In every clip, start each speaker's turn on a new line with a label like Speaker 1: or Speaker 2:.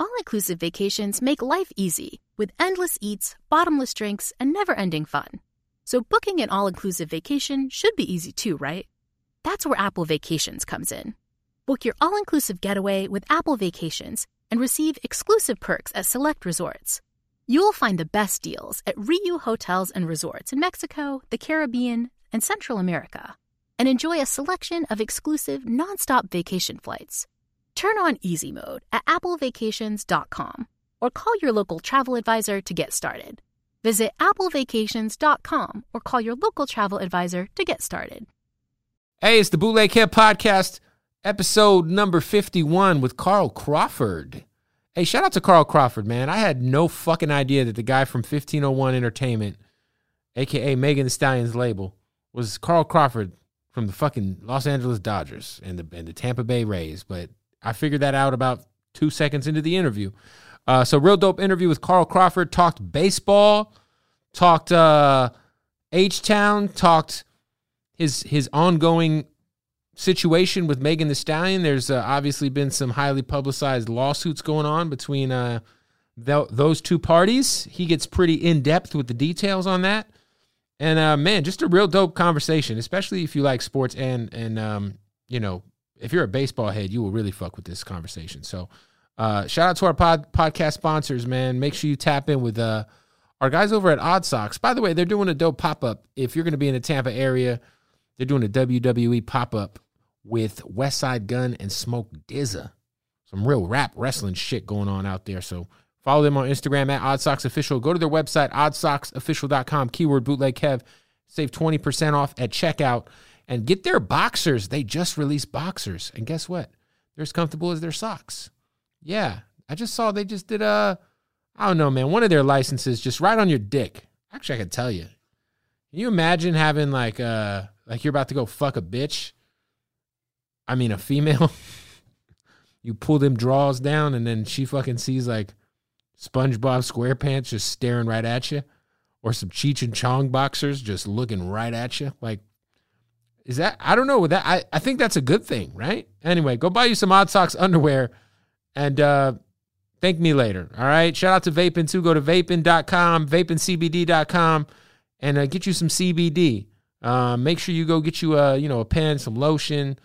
Speaker 1: All inclusive vacations make life easy with endless eats, bottomless drinks, and never ending fun. So, booking an all inclusive vacation should be easy too, right? That's where Apple Vacations comes in. Book your all inclusive getaway with Apple Vacations and receive exclusive perks at select resorts. You'll find the best deals at Ryu Hotels and Resorts in Mexico, the Caribbean, and Central America, and enjoy a selection of exclusive nonstop vacation flights. Turn on easy mode at applevacations.com or call your local travel advisor to get started. Visit applevacations.com or call your local travel advisor to get started.
Speaker 2: Hey, it's the Bootleg Head Podcast, episode number 51 with Carl Crawford. Hey, shout out to Carl Crawford, man. I had no fucking idea that the guy from 1501 Entertainment, aka Megan Thee Stallion's label, was Carl Crawford from the fucking Los Angeles Dodgers and the and the Tampa Bay Rays, but I figured that out about two seconds into the interview. Uh, so real dope interview with Carl Crawford. Talked baseball, talked uh, H Town, talked his his ongoing situation with Megan the Stallion. There's uh, obviously been some highly publicized lawsuits going on between uh, th- those two parties. He gets pretty in depth with the details on that. And uh, man, just a real dope conversation, especially if you like sports and and um, you know if you're a baseball head, you will really fuck with this conversation. So, uh, shout out to our pod, podcast sponsors, man. Make sure you tap in with uh, our guys over at Odd Socks. By the way, they're doing a dope pop up. If you're going to be in the Tampa area, they're doing a WWE pop up with West Side Gun and Smoke Dizza. Some real rap wrestling shit going on out there. So, follow them on Instagram at Odd Socks Official. Go to their website, oddsocksofficial.com, keyword bootleg Kev. Save 20% off at checkout and get their boxers. They just released boxers, and guess what? They're as comfortable as their socks. Yeah, I just saw they just did a, I don't know, man. One of their licenses just right on your dick. Actually, I could tell you. Can you imagine having like uh like you're about to go fuck a bitch? I mean, a female. you pull them draws down, and then she fucking sees like SpongeBob SquarePants just staring right at you, or some Cheech and Chong boxers just looking right at you. Like is that I don't know that I, I think that's a good thing, right? Anyway, go buy you some Odd Socks underwear and uh thank me later. All right. Shout out to Vapin too. Go to vapin.com, vapincbd.com and uh, get you some CBD. Uh, make sure you go get you a, you know, a pen, some lotion,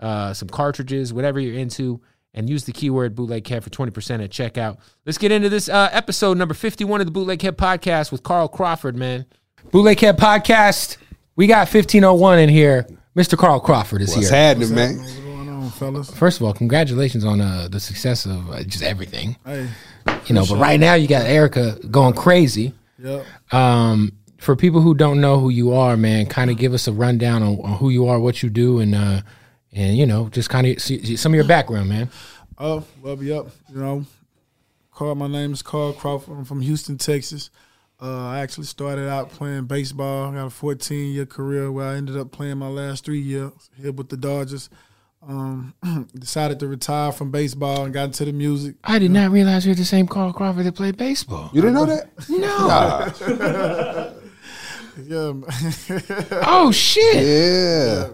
Speaker 2: uh, some cartridges, whatever you're into and use the keyword bootleg head for 20% at checkout. Let's get into this uh, episode number 51 of the Bootleg Head podcast with Carl Crawford, man. Bootleg Head podcast. We got 1501 in here. Mr. Carl Crawford is
Speaker 3: What's
Speaker 2: here.
Speaker 3: happening, man?
Speaker 4: What's going on, fellas?
Speaker 2: First of all, congratulations on uh, the success of uh, just everything.
Speaker 4: Hey,
Speaker 2: You know, but right now you got Erica going crazy.
Speaker 4: yep.
Speaker 2: Um, for people who don't know who you are, man, kind of give us a rundown on, on who you are, what you do, and uh, and you know, just kind of some of your background, man.
Speaker 4: Oh, well, yep. You know, Carl. My name is Carl Crawford. I'm from Houston, Texas. Uh, I actually started out playing baseball. I got a 14 year career where I ended up playing my last three years here with the Dodgers. Um, decided to retire from baseball and got into the music.
Speaker 2: I did not realize you're the same Carl Crawford that played baseball.
Speaker 3: You didn't know that?
Speaker 2: No.
Speaker 3: Nah.
Speaker 4: Yeah, man.
Speaker 2: Oh shit,
Speaker 3: Yeah.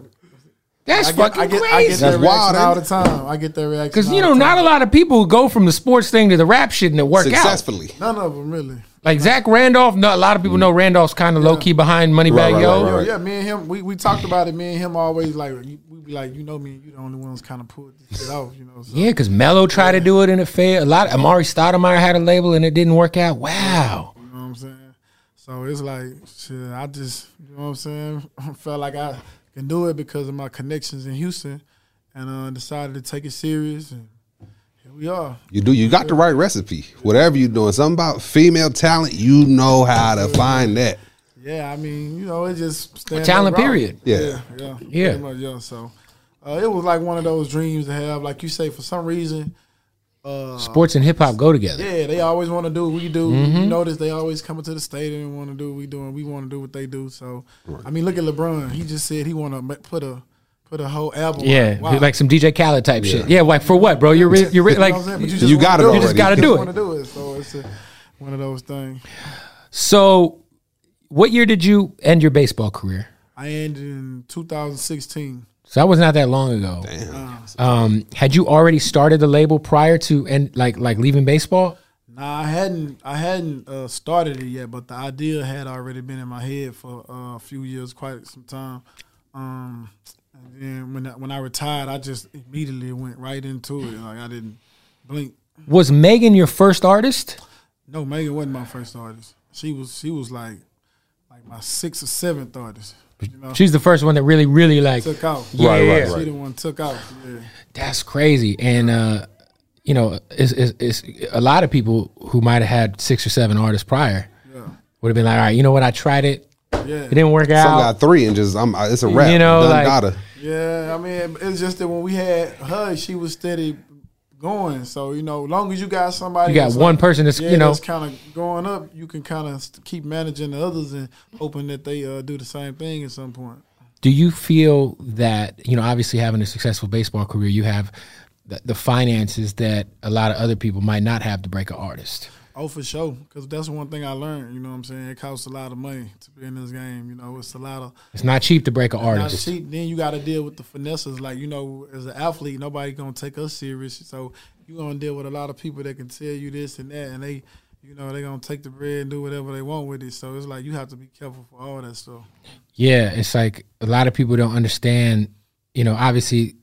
Speaker 2: that's
Speaker 4: I get,
Speaker 2: fucking
Speaker 4: I get, I get
Speaker 2: crazy.
Speaker 4: that
Speaker 3: That's wild,
Speaker 4: reaction all the
Speaker 3: ain't
Speaker 4: time. I get that reaction
Speaker 2: Because you
Speaker 4: all
Speaker 2: know,
Speaker 4: the
Speaker 2: not a
Speaker 4: time.
Speaker 2: lot of people go from the sports thing to the rap shit and it work out.
Speaker 3: Successfully.
Speaker 4: None of them really.
Speaker 2: Like Zach Randolph, no, a lot of people
Speaker 4: Mm.
Speaker 2: know Randolph's kind of low key behind Moneybag
Speaker 3: Right, right,
Speaker 2: Yo.
Speaker 3: right, right.
Speaker 4: Yeah, me and him, we, we talked about it. Me and him always like we, we like you know me, you the only ones kind of pulled this shit off, you know. So
Speaker 2: Yeah, because Mello tried to do it and it failed. A lot. Amari Stoudemire had a label and it didn't work out. Wow.
Speaker 4: You know what I'm saying? So it's like, shit, I just, you know what I'm saying? Felt like I can do it because of my connections in Houston and uh, decided to take it serious. And here we are.
Speaker 3: You do. You got the right recipe. Whatever you're doing, something about female talent. You know how to find that.
Speaker 4: Yeah, I mean, you know, it just stands
Speaker 2: Talent
Speaker 4: up rock.
Speaker 2: period.
Speaker 3: Yeah.
Speaker 4: yeah, yeah,
Speaker 2: Yeah.
Speaker 4: pretty much, yeah. So uh, it was like one of those dreams to have. Like you say, for some reason,
Speaker 2: Sports and hip hop go together.
Speaker 4: yeah, they always want to do what we do. You notice they always coming to the stadium and want to do what we do, and we want to do what they do. So I mean, look at LeBron. He just said he want to put a put a whole album.
Speaker 2: Yeah,
Speaker 4: out. Wow.
Speaker 2: like some DJ Khaled type shit. Yeah, like for what, bro? You're re- you're re-
Speaker 4: You know
Speaker 2: like
Speaker 4: what I'm saying? But
Speaker 3: you
Speaker 4: wanna
Speaker 3: got it
Speaker 4: do
Speaker 3: already. You just
Speaker 2: gotta do it.
Speaker 4: wanna do it. So it's a, one of those things.
Speaker 2: so. What year did you end your baseball career?
Speaker 4: I ended in 2016.
Speaker 2: So that was not that long ago. Um, had you already started the label prior to and like like leaving baseball?
Speaker 4: Nah, I hadn't I hadn't uh, started it yet, but the idea had already been in my head for uh, a few years, quite some time. Um, and then when I, when I retired, I just immediately went right into it. Like I didn't blink.
Speaker 2: Was Megan your first artist?
Speaker 4: No, Megan wasn't my first artist. She was she was like like my sixth or seventh artist. You know,
Speaker 2: She's the first one that really really like
Speaker 4: took out.
Speaker 2: Yeah. Right, right,
Speaker 4: She the one took out. Yeah.
Speaker 2: That's crazy. And uh, you know, it's, it's, it's a lot of people who might have had six or seven artists prior would have been like, all right, you know what? I tried it.
Speaker 4: Yeah.
Speaker 2: It didn't work
Speaker 3: Some
Speaker 2: out.
Speaker 3: got three and just I'm. It's a wrap.
Speaker 2: You know,
Speaker 3: Done
Speaker 2: like-
Speaker 3: gotta.
Speaker 4: Yeah, I mean, it's just that when we had her, she was steady going. So you know, as long as you got somebody,
Speaker 2: You got one person that's, you know-
Speaker 4: kind of going up, you can kind of keep managing the others and hoping that they uh, do the same thing at some point.
Speaker 2: Do you feel that you know, obviously having a successful baseball career, you have the, the finances that a lot of other people might not have to break an artist.
Speaker 4: Oh, for sure, because that's one thing I learned. You know what I'm saying? It costs a lot of money to be in this game. You know, it's a lot of
Speaker 2: It's not cheap to break an
Speaker 4: not
Speaker 2: artist.
Speaker 4: cheap. Then you got to deal with the finesses. Like you know, as an athlete, nobody gonna take us serious. So you gonna deal with a lot of people that can tell you this and that, and they, you know, they gonna take the bread and do whatever they want with it. So it's like you have to be careful for all that stuff.
Speaker 2: Yeah, it's like a lot of people don't understand. You know, obviously,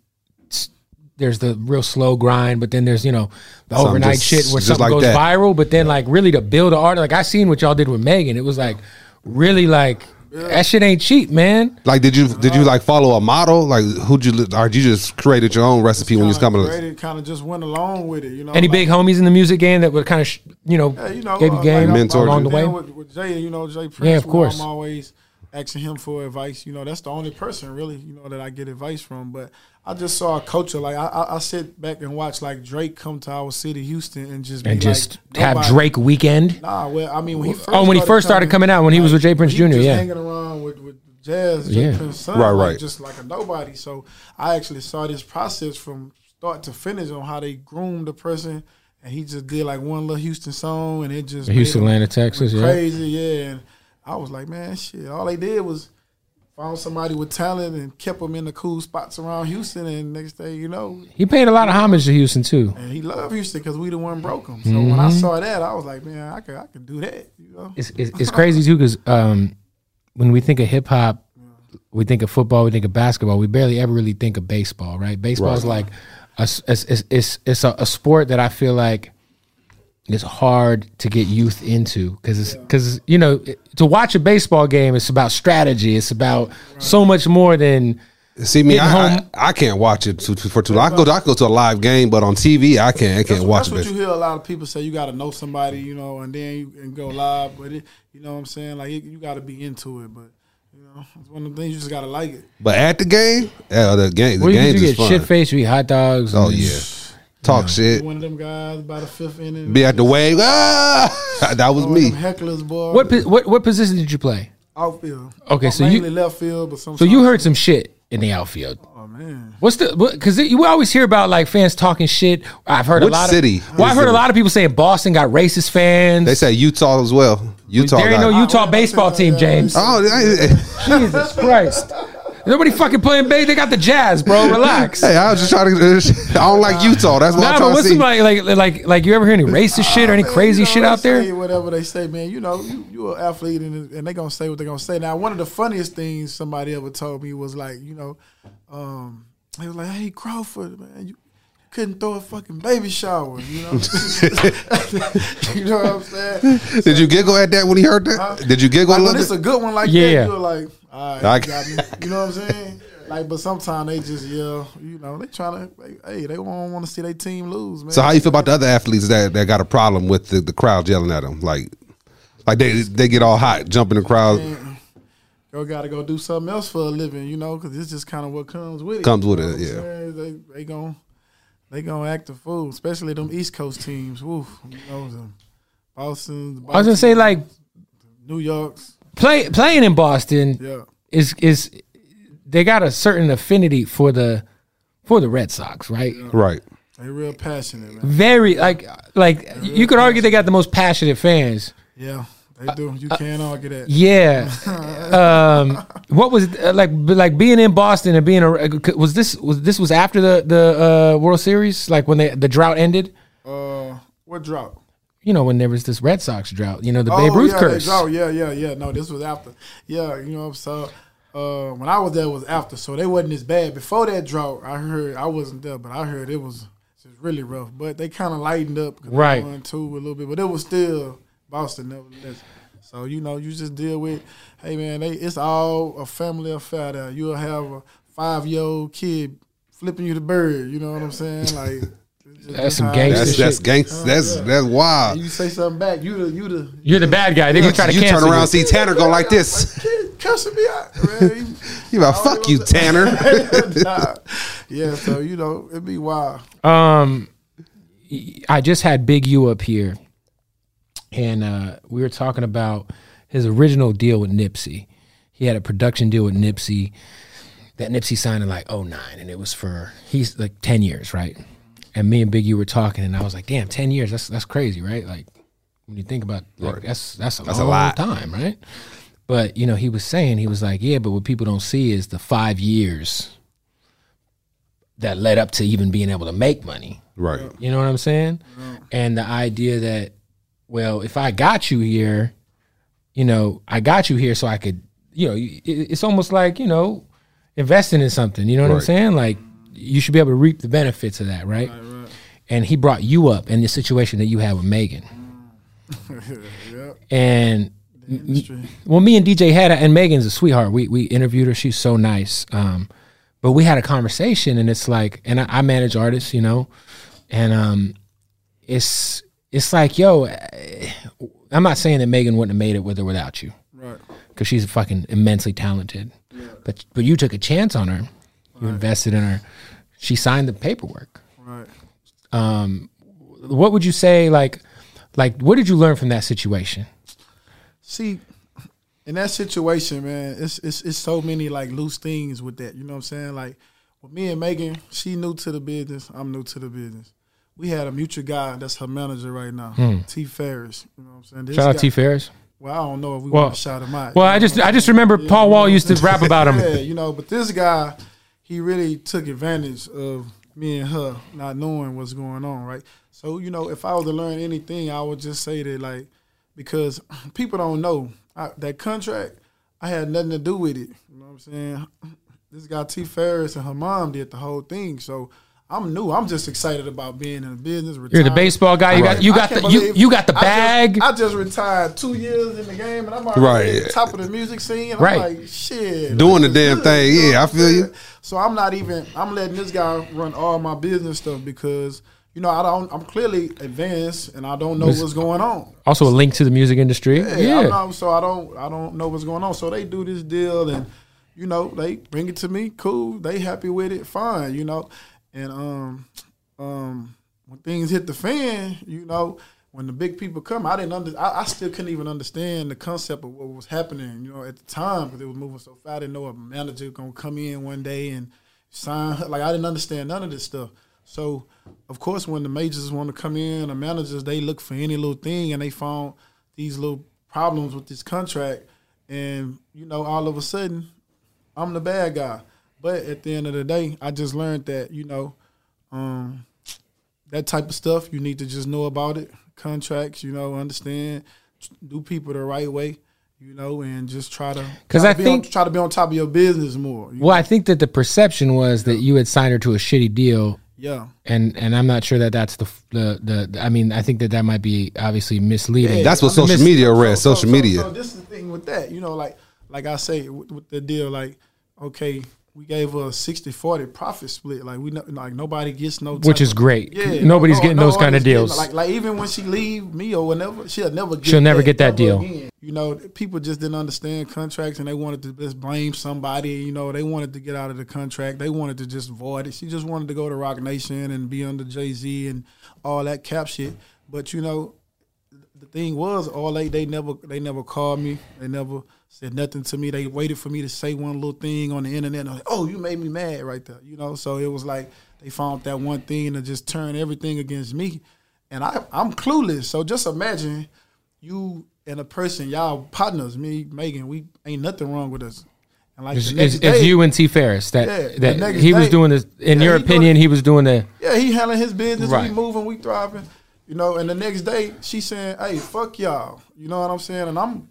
Speaker 2: s- there's the real slow grind, but then there's you know the
Speaker 3: Something
Speaker 2: overnight
Speaker 3: just-
Speaker 2: shit where
Speaker 3: just
Speaker 2: something
Speaker 3: like
Speaker 2: goes
Speaker 3: that.
Speaker 2: viral. But then like really to build an art, like I seen what y'all did with Megan, it was like really like that shit ain't cheap, man.
Speaker 3: Like, did you did you
Speaker 2: uh,
Speaker 3: like follow a model? Like, who'd you? li- Or you just created your own recipe when you was coming? up?
Speaker 4: kind of just went along with it. You know,
Speaker 2: Any
Speaker 4: Oh, like-
Speaker 2: big homies in the music game that would kind of sh- you know,
Speaker 4: Yeah, you know,
Speaker 2: gave
Speaker 4: uh,
Speaker 2: you game
Speaker 4: like, I'm-
Speaker 3: Mentored
Speaker 2: along
Speaker 4: I'm
Speaker 2: the way.
Speaker 4: down With, with Jay, you know, Jay Prince.
Speaker 2: Yeah, of
Speaker 4: who
Speaker 2: course.
Speaker 4: I'm always asking him for advice. You know, that's the only person really, you know, that I get advice from. But I just saw a culture like I, I, I sit back and watch like Drake come to our city, Houston, and just
Speaker 2: and
Speaker 4: be
Speaker 2: just
Speaker 4: like,
Speaker 2: have
Speaker 4: nobody-
Speaker 2: Drake weekend.
Speaker 4: Nah, well, I mean, when he first
Speaker 2: Oh, when he first started coming out, when he was with Jay Prince
Speaker 4: he was
Speaker 2: Jr.,
Speaker 4: just
Speaker 2: yeah.
Speaker 4: hanging around with with Jazz, Jay
Speaker 2: Yeah.
Speaker 4: Prince's son,
Speaker 3: Right,
Speaker 4: like,
Speaker 3: right.
Speaker 4: just like a nobody. So I actually saw this process from start to finish on how they groomed the person, and he just did like one little Houston song, and it just
Speaker 2: Houston,
Speaker 4: made him
Speaker 2: Atlanta, Texas, yeah.
Speaker 4: crazy, yeah. And I was like, man, shit, all they did was. Found somebody with talent and kept them in the cool spots around Houston, and next day, you know,
Speaker 2: He paid a lot of homage to Houston too.
Speaker 4: and he loved Houston because we the one broke him. So when
Speaker 2: Mm-hmm.
Speaker 4: I saw that, I was like, man, I could, I could do that, you know.
Speaker 2: it's, it's, it's crazy too because um, when we think of hip hop, we think of football, we think of basketball. We barely ever really think of baseball, right? Baseball is like a, s- it's, it's, it's, it's a, a sport that I feel like it's hard to get youth into because it's because you know it- to watch a baseball game, it's about strategy. It's about so much more than
Speaker 3: See me,
Speaker 2: Getting
Speaker 3: I,
Speaker 2: home.
Speaker 3: I I can't watch it too, too, for too long. I go I go to a live game, but on TV I can't I can't
Speaker 4: That's
Speaker 3: watch it.
Speaker 4: what you
Speaker 3: basically.
Speaker 4: hear a lot of people say. You got to know somebody, you know, and then you can go live. But it, you know what I'm saying? Like it, you got to be into it. But you know, it's one of the things you just got to like it.
Speaker 3: But at the game, yeah, the game the
Speaker 2: what you
Speaker 3: games
Speaker 2: get
Speaker 3: is fun.
Speaker 2: shit faced, you eat hot dogs.
Speaker 3: oh
Speaker 2: and-
Speaker 3: yeah, talk shit.
Speaker 4: One of them guys by the fifth inning.
Speaker 3: Be at the wave. Ah, that was
Speaker 4: one of
Speaker 3: me.
Speaker 4: them hecklers, boy.
Speaker 2: What po- what what position did you play?
Speaker 4: outfield?
Speaker 2: Okay, so
Speaker 4: mainly
Speaker 2: you
Speaker 4: left field, but some.
Speaker 2: so you heard some shit in the outfield.
Speaker 4: Oh man,
Speaker 2: What's the because you always hear about like fans talking shit. I've heard
Speaker 3: Which
Speaker 2: a lot
Speaker 3: city?
Speaker 2: Of, well, I've
Speaker 3: Which
Speaker 2: heard a
Speaker 3: city?
Speaker 2: lot of people saying Boston got racist fans.
Speaker 3: They say Utah as well. Utah.
Speaker 2: there ain't
Speaker 3: got-
Speaker 2: no Utah
Speaker 4: I-
Speaker 2: baseball team, James.
Speaker 3: oh, they-
Speaker 2: Jesus Christ! Nobody fucking playing big. They got the Jazz, bro. Relax.
Speaker 3: hey, I was just trying to. I don't like Utah. That's what
Speaker 2: Nah,
Speaker 3: I'm
Speaker 2: but
Speaker 3: trying to
Speaker 2: what's
Speaker 3: see.
Speaker 2: some, like like like like you ever hear any racist shit or any crazy
Speaker 4: You know,
Speaker 2: shit
Speaker 4: they
Speaker 2: out
Speaker 4: say
Speaker 2: there?
Speaker 4: whatever they say, man. You know, you you an athlete, and, and they gonna say what they gonna say. Now, one of the funniest things somebody ever told me was like, you know, um, He was like, "Hey Crawford, man, you couldn't throw a fucking baby shower, you know? you know what I'm saying?
Speaker 3: Did you giggle at that when he heard that? Did you giggle
Speaker 4: Like
Speaker 3: a
Speaker 4: when
Speaker 3: little
Speaker 4: it's
Speaker 3: bit?
Speaker 4: a good one like
Speaker 2: Yeah.
Speaker 4: that, you're like, all
Speaker 3: I-
Speaker 4: right, you got me. You know what I'm saying? Like, but sometimes they just yell. You know, they trying to. Like, hey, they don't want to see their team lose, man.
Speaker 3: so how you feel about the other athletes that, that got a problem with the, the crowd yelling at them? Like, like they they get all hot, jump in the crowd,
Speaker 4: Y'all got to go do something else for a living, you know, because it's just kind of what comes with it.
Speaker 3: Comes with
Speaker 4: You know
Speaker 3: it,
Speaker 4: what I'm
Speaker 3: yeah.
Speaker 4: saying? They they gon' they gonna act a fool, especially them East Coast teams. Woof, you know, the Boston,
Speaker 2: I was gonna say like
Speaker 4: New York's,
Speaker 2: play, playing in Boston
Speaker 4: yeah.
Speaker 2: is is they got a certain affinity for the for the Red Sox, right?
Speaker 3: right?
Speaker 4: They real passionate, man.
Speaker 2: Very like like you could argue they got the most passionate fans.
Speaker 4: Yeah, they do. You can't argue that.
Speaker 2: Yeah. um, what was uh, like b- like being in Boston and being a uh, was this was this was after the the uh, World Series like when they the drought ended.
Speaker 4: Uh, what drought?
Speaker 2: You know when there was this Red Sox drought. You know the Babe Ruth
Speaker 4: yeah,
Speaker 2: curse.
Speaker 4: Oh, yeah, yeah, yeah. No, this was after. Yeah, you know, so uh, when I was there, it was after. So they wasn't as bad. Before that drought, I heard, I wasn't there, but I heard it was just really rough. But they kind of lightened up. 'cause they
Speaker 2: Right.
Speaker 4: won two a little bit, but it was still Boston, nevertheless. So, you know, you just deal with, hey, man, they, it's all a family affair there. You'll have a five year old kid flipping you the bird. You know what I'm saying? Like, it's just-
Speaker 2: That's some
Speaker 4: how-
Speaker 2: gangster
Speaker 3: That's
Speaker 2: shit.
Speaker 3: that's gangster. That's that's wild.
Speaker 4: You say something back, you the, you the,
Speaker 2: You're the bad guy. They're gonna try to
Speaker 3: you
Speaker 2: cancel
Speaker 3: turn around,
Speaker 2: you.
Speaker 3: see Tanner go like this.
Speaker 4: Kid cussing me out, man.
Speaker 3: You about fuck you, Tanner.
Speaker 4: Nah. Yeah, so you know, it'd be wild.
Speaker 2: Um, I just had Big U up here, and uh, we were talking about his original deal with Nipsey. He had a production deal with Nipsey that Nipsey signed in like 09, and it was for he's like ten years, right? And me and Big U were talking, and I was like, "Damn, ten years. That's that's crazy, right? Like when you think about like, that's that's a
Speaker 3: That's a
Speaker 2: long
Speaker 3: lot.
Speaker 2: time, right?" But you know, he was saying he was like, "Yeah, but what people don't see is the five years." That led up to even being able to make money.
Speaker 3: Right.
Speaker 2: You know what I'm saying? And the idea that, well, if I got you here, you know, I got you here so I could, you know, it- it's almost like, you know, investing in something. You know what I'm
Speaker 3: Right.
Speaker 2: saying? Like, you should be able to reap the benefits of that, right? And he brought you up in the situation that you had with Megan. And well, me and DJ had a, and Megan's a sweetheart. We we interviewed her. She's so nice. Um, but we had a conversation, and it's like, and I, I manage artists, you know, and um, it's it's like, yo, eh, I'm not saying that Megan wouldn't have made it with or without you,
Speaker 4: Right.
Speaker 2: because she's fucking immensely talented. But but you took a chance on her. You invested in her. She signed the paperwork.
Speaker 4: Right.
Speaker 2: What would you say, like, like what did you learn from that situation?
Speaker 4: See, in that situation, man, it's it's it's so many like loose things with that. You know what I'm saying? Like with me and Megan, she new to the business. I'm new to the business. We had a mutual guy that's her manager right now, T. Ferris. You know what I'm saying? This
Speaker 2: Hmm. Shout out
Speaker 4: guy-
Speaker 2: T. Ferris.
Speaker 4: Well, I don't know if we
Speaker 2: Well-
Speaker 4: want to shout him out.
Speaker 2: Well,
Speaker 4: you
Speaker 2: I
Speaker 4: know
Speaker 2: just
Speaker 4: what I'm
Speaker 2: I just
Speaker 4: saying?
Speaker 2: remember
Speaker 4: Yeah,
Speaker 2: Paul
Speaker 4: you know
Speaker 2: Wall
Speaker 4: what
Speaker 2: used to
Speaker 4: I'm
Speaker 2: rap about
Speaker 4: Yeah,
Speaker 2: him.
Speaker 4: you know, but this guy, he really took advantage of me and her not knowing what's going on, right? So, you know, if I was to learn anything, I would just say that, like, because people don't know I, that contract, I had nothing to do with it. You know what I'm saying? This guy T. Ferris and her mom did the whole thing. So I'm new. I'm just excited about being in the business.
Speaker 2: You're the
Speaker 4: retired.
Speaker 2: baseball guy. You got you
Speaker 4: I
Speaker 2: got
Speaker 4: can't
Speaker 2: the you,
Speaker 4: believe-
Speaker 2: you got the
Speaker 4: I just-
Speaker 2: bag.
Speaker 4: I just, retired two years in the game, and I'm already
Speaker 3: Right.
Speaker 4: at the top of the music scene. And
Speaker 2: Right.
Speaker 4: I'm like, shit,
Speaker 3: Doing
Speaker 4: this
Speaker 3: the
Speaker 4: is
Speaker 3: damn thing.
Speaker 4: You know
Speaker 3: Yeah,
Speaker 4: what
Speaker 3: I
Speaker 4: I'm
Speaker 3: feel
Speaker 4: saying?
Speaker 3: you.
Speaker 4: So I'm not even. I'm letting this guy run all my business stuff because you know I don't. I'm clearly advanced, and I don't know what's going on.
Speaker 2: also a link to the music industry.
Speaker 4: Yeah,
Speaker 2: Yeah.
Speaker 4: I'm not- so I don't I don't know what's going on. So they do this deal and you know, they bring it to me, cool, they happy with it, fine, you know. And um um when things hit the fan, you know, when the big people come, I didn't under I, I still couldn't even understand the concept of what was happening, you know, at the time because it was moving so fast. I didn't know a manager gonna come in one day and sign her. like I didn't understand none of this stuff. So of course when the majors wanna come in, the managers they look for any little thing and they found these little problems with this contract, and you know, all of a sudden, I'm the bad guy. But at the end of the day, I just learned that you know, um, that type of stuff you need to just know about it. Contracts, you know, understand, do people the right way, you know, and just try to
Speaker 2: 'Cause
Speaker 4: try
Speaker 2: I
Speaker 4: to be
Speaker 2: think-
Speaker 4: on, try to be on top of your business more. You-
Speaker 2: Well, I think that the perception was that you had signed her to a shitty deal,
Speaker 4: yeah,
Speaker 2: and and I'm not sure that that's the f- the the. the- I mean, I think that that might be obviously misleading.
Speaker 3: That's what social media read.
Speaker 4: So-
Speaker 3: social
Speaker 4: so-
Speaker 3: media.
Speaker 4: So this is the thing with that, you know, like like I say with, with the deal, like okay, we gave her a 60-40 profit split. Like we no, like nobody gets no,
Speaker 2: Which
Speaker 4: type
Speaker 2: is
Speaker 4: of-
Speaker 2: great. Nobody's getting those kinda
Speaker 4: nobody's oh, getting-
Speaker 2: deals.
Speaker 4: like like even when she leave me or whenever, she'll never get
Speaker 2: She'll never get that
Speaker 4: ever
Speaker 2: deal.
Speaker 4: again. You know, people just didn't understand contracts and they wanted to just blame somebody. You know, they wanted to get out of the contract. They wanted to just void it. She just wanted to go to Rock Nation and be under Jay Z and all that cap shit. But you know, the thing was, all they they never they never called me. They never said nothing to me. They waited for me to say one little thing on the internet. And I was like, oh, you made me mad right there. You know, so it was like they found that one thing to just turn everything against me. And I I'm clueless. So just imagine you and a person, y'all partners, me Megan. We ain't nothing wrong with us. And like
Speaker 2: It's,
Speaker 4: the next
Speaker 2: it's, it's
Speaker 4: day-
Speaker 2: you and T. Ferris
Speaker 4: Yeah,
Speaker 2: that
Speaker 4: the
Speaker 2: that
Speaker 4: next
Speaker 2: he was
Speaker 4: day-
Speaker 2: doing this. In
Speaker 4: Yeah,
Speaker 2: your
Speaker 4: he doing-
Speaker 2: opinion, he was doing the.
Speaker 4: Yeah, he handling his business.
Speaker 2: Right.
Speaker 4: We moving, we thriving. You know, and the next day she saying, "Hey, fuck y'all." You know what I'm saying? And I'm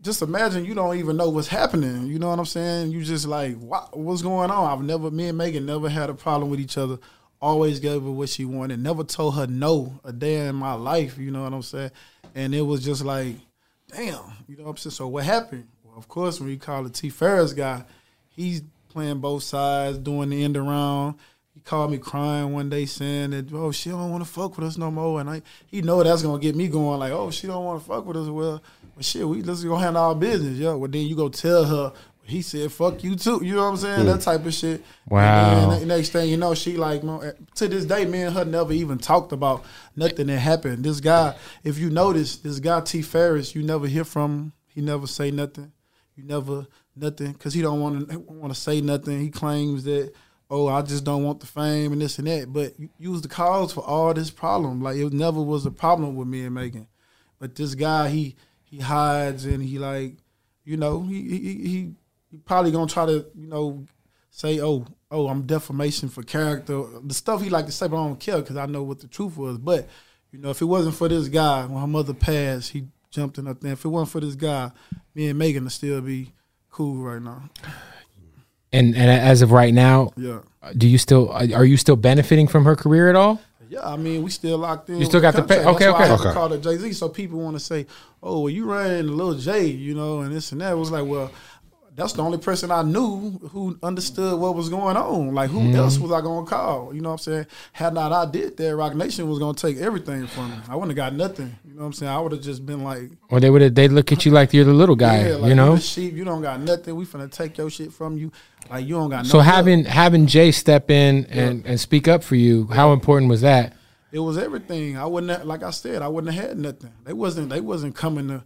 Speaker 4: just imagine you don't even know what's happening. You know what I'm saying? You just like, what, what's going on? I've never me and Megan never had a problem with each other. Always gave her what she wanted. Never told her no a day in my life. You know what I'm saying? And it was just like, damn. You know what I'm saying? So what happened? Well, of course, when you call the T Ferris guy, he's playing both sides, doing the end around. He called me crying one day saying that, oh, she don't want to fuck with us no more. And I, he know that's going to get me going like, oh, she don't want to fuck with us. Well, well shit, we, let's go handle our business. Yeah, well, then you go tell her, he said, fuck you too. You know what I'm saying? That type of shit.
Speaker 2: Wow.
Speaker 4: And then the next thing you know, she like, mo- to this day, me and her never even talked about nothing that happened. This guy, if you notice, this guy T. Ferris, you never hear from him. He never say nothing. You never nothing because he don't want to want to say nothing. He claims that oh I just don't want the fame and this and that. But you, you was the cause for all this problem. Like it never was a problem with me and Megan. But this guy he he hides and he like you know he he he- he, he probably gonna try to you know say oh oh I'm defamation for character the stuff he like to say but I don't care because I know what the truth was. But you know if it wasn't for this guy when her mother passed he jumped in up there. If it wasn't for this guy, me and Megan would still be cool right now.
Speaker 2: And and as of right now,
Speaker 4: Yeah.
Speaker 2: do you still are you still benefiting from her career at all?
Speaker 4: Yeah, I mean, we still locked in.
Speaker 2: You still got
Speaker 4: with
Speaker 2: the pay-
Speaker 4: contract.
Speaker 2: okay,
Speaker 4: That's why I
Speaker 2: okay.
Speaker 4: have to
Speaker 3: Okay.
Speaker 4: call the Jay Z. So people want to say, "Oh, well, you ran Lil J," you know, and this and that. It was like, well, that's the only person I knew who understood what was going on. Like, who
Speaker 2: Mm-hmm.
Speaker 4: else was I gonna call? You know what I'm saying? Had not I did that, Rock Nation was gonna take everything from me. I wouldn't have got nothing. You know what I'm saying? I would have just been like,
Speaker 2: Or they would they look at you like you're the little guy,
Speaker 4: yeah, like
Speaker 2: you know?
Speaker 4: the sheep. You don't got nothing. We finna take your shit from you. Like, you don't got.
Speaker 2: So
Speaker 4: no
Speaker 2: having having Jay step in and, and speak up for you, how important was that?
Speaker 4: it was everything. I wouldn't have, like I said, I wouldn't have had nothing. They wasn't they wasn't coming to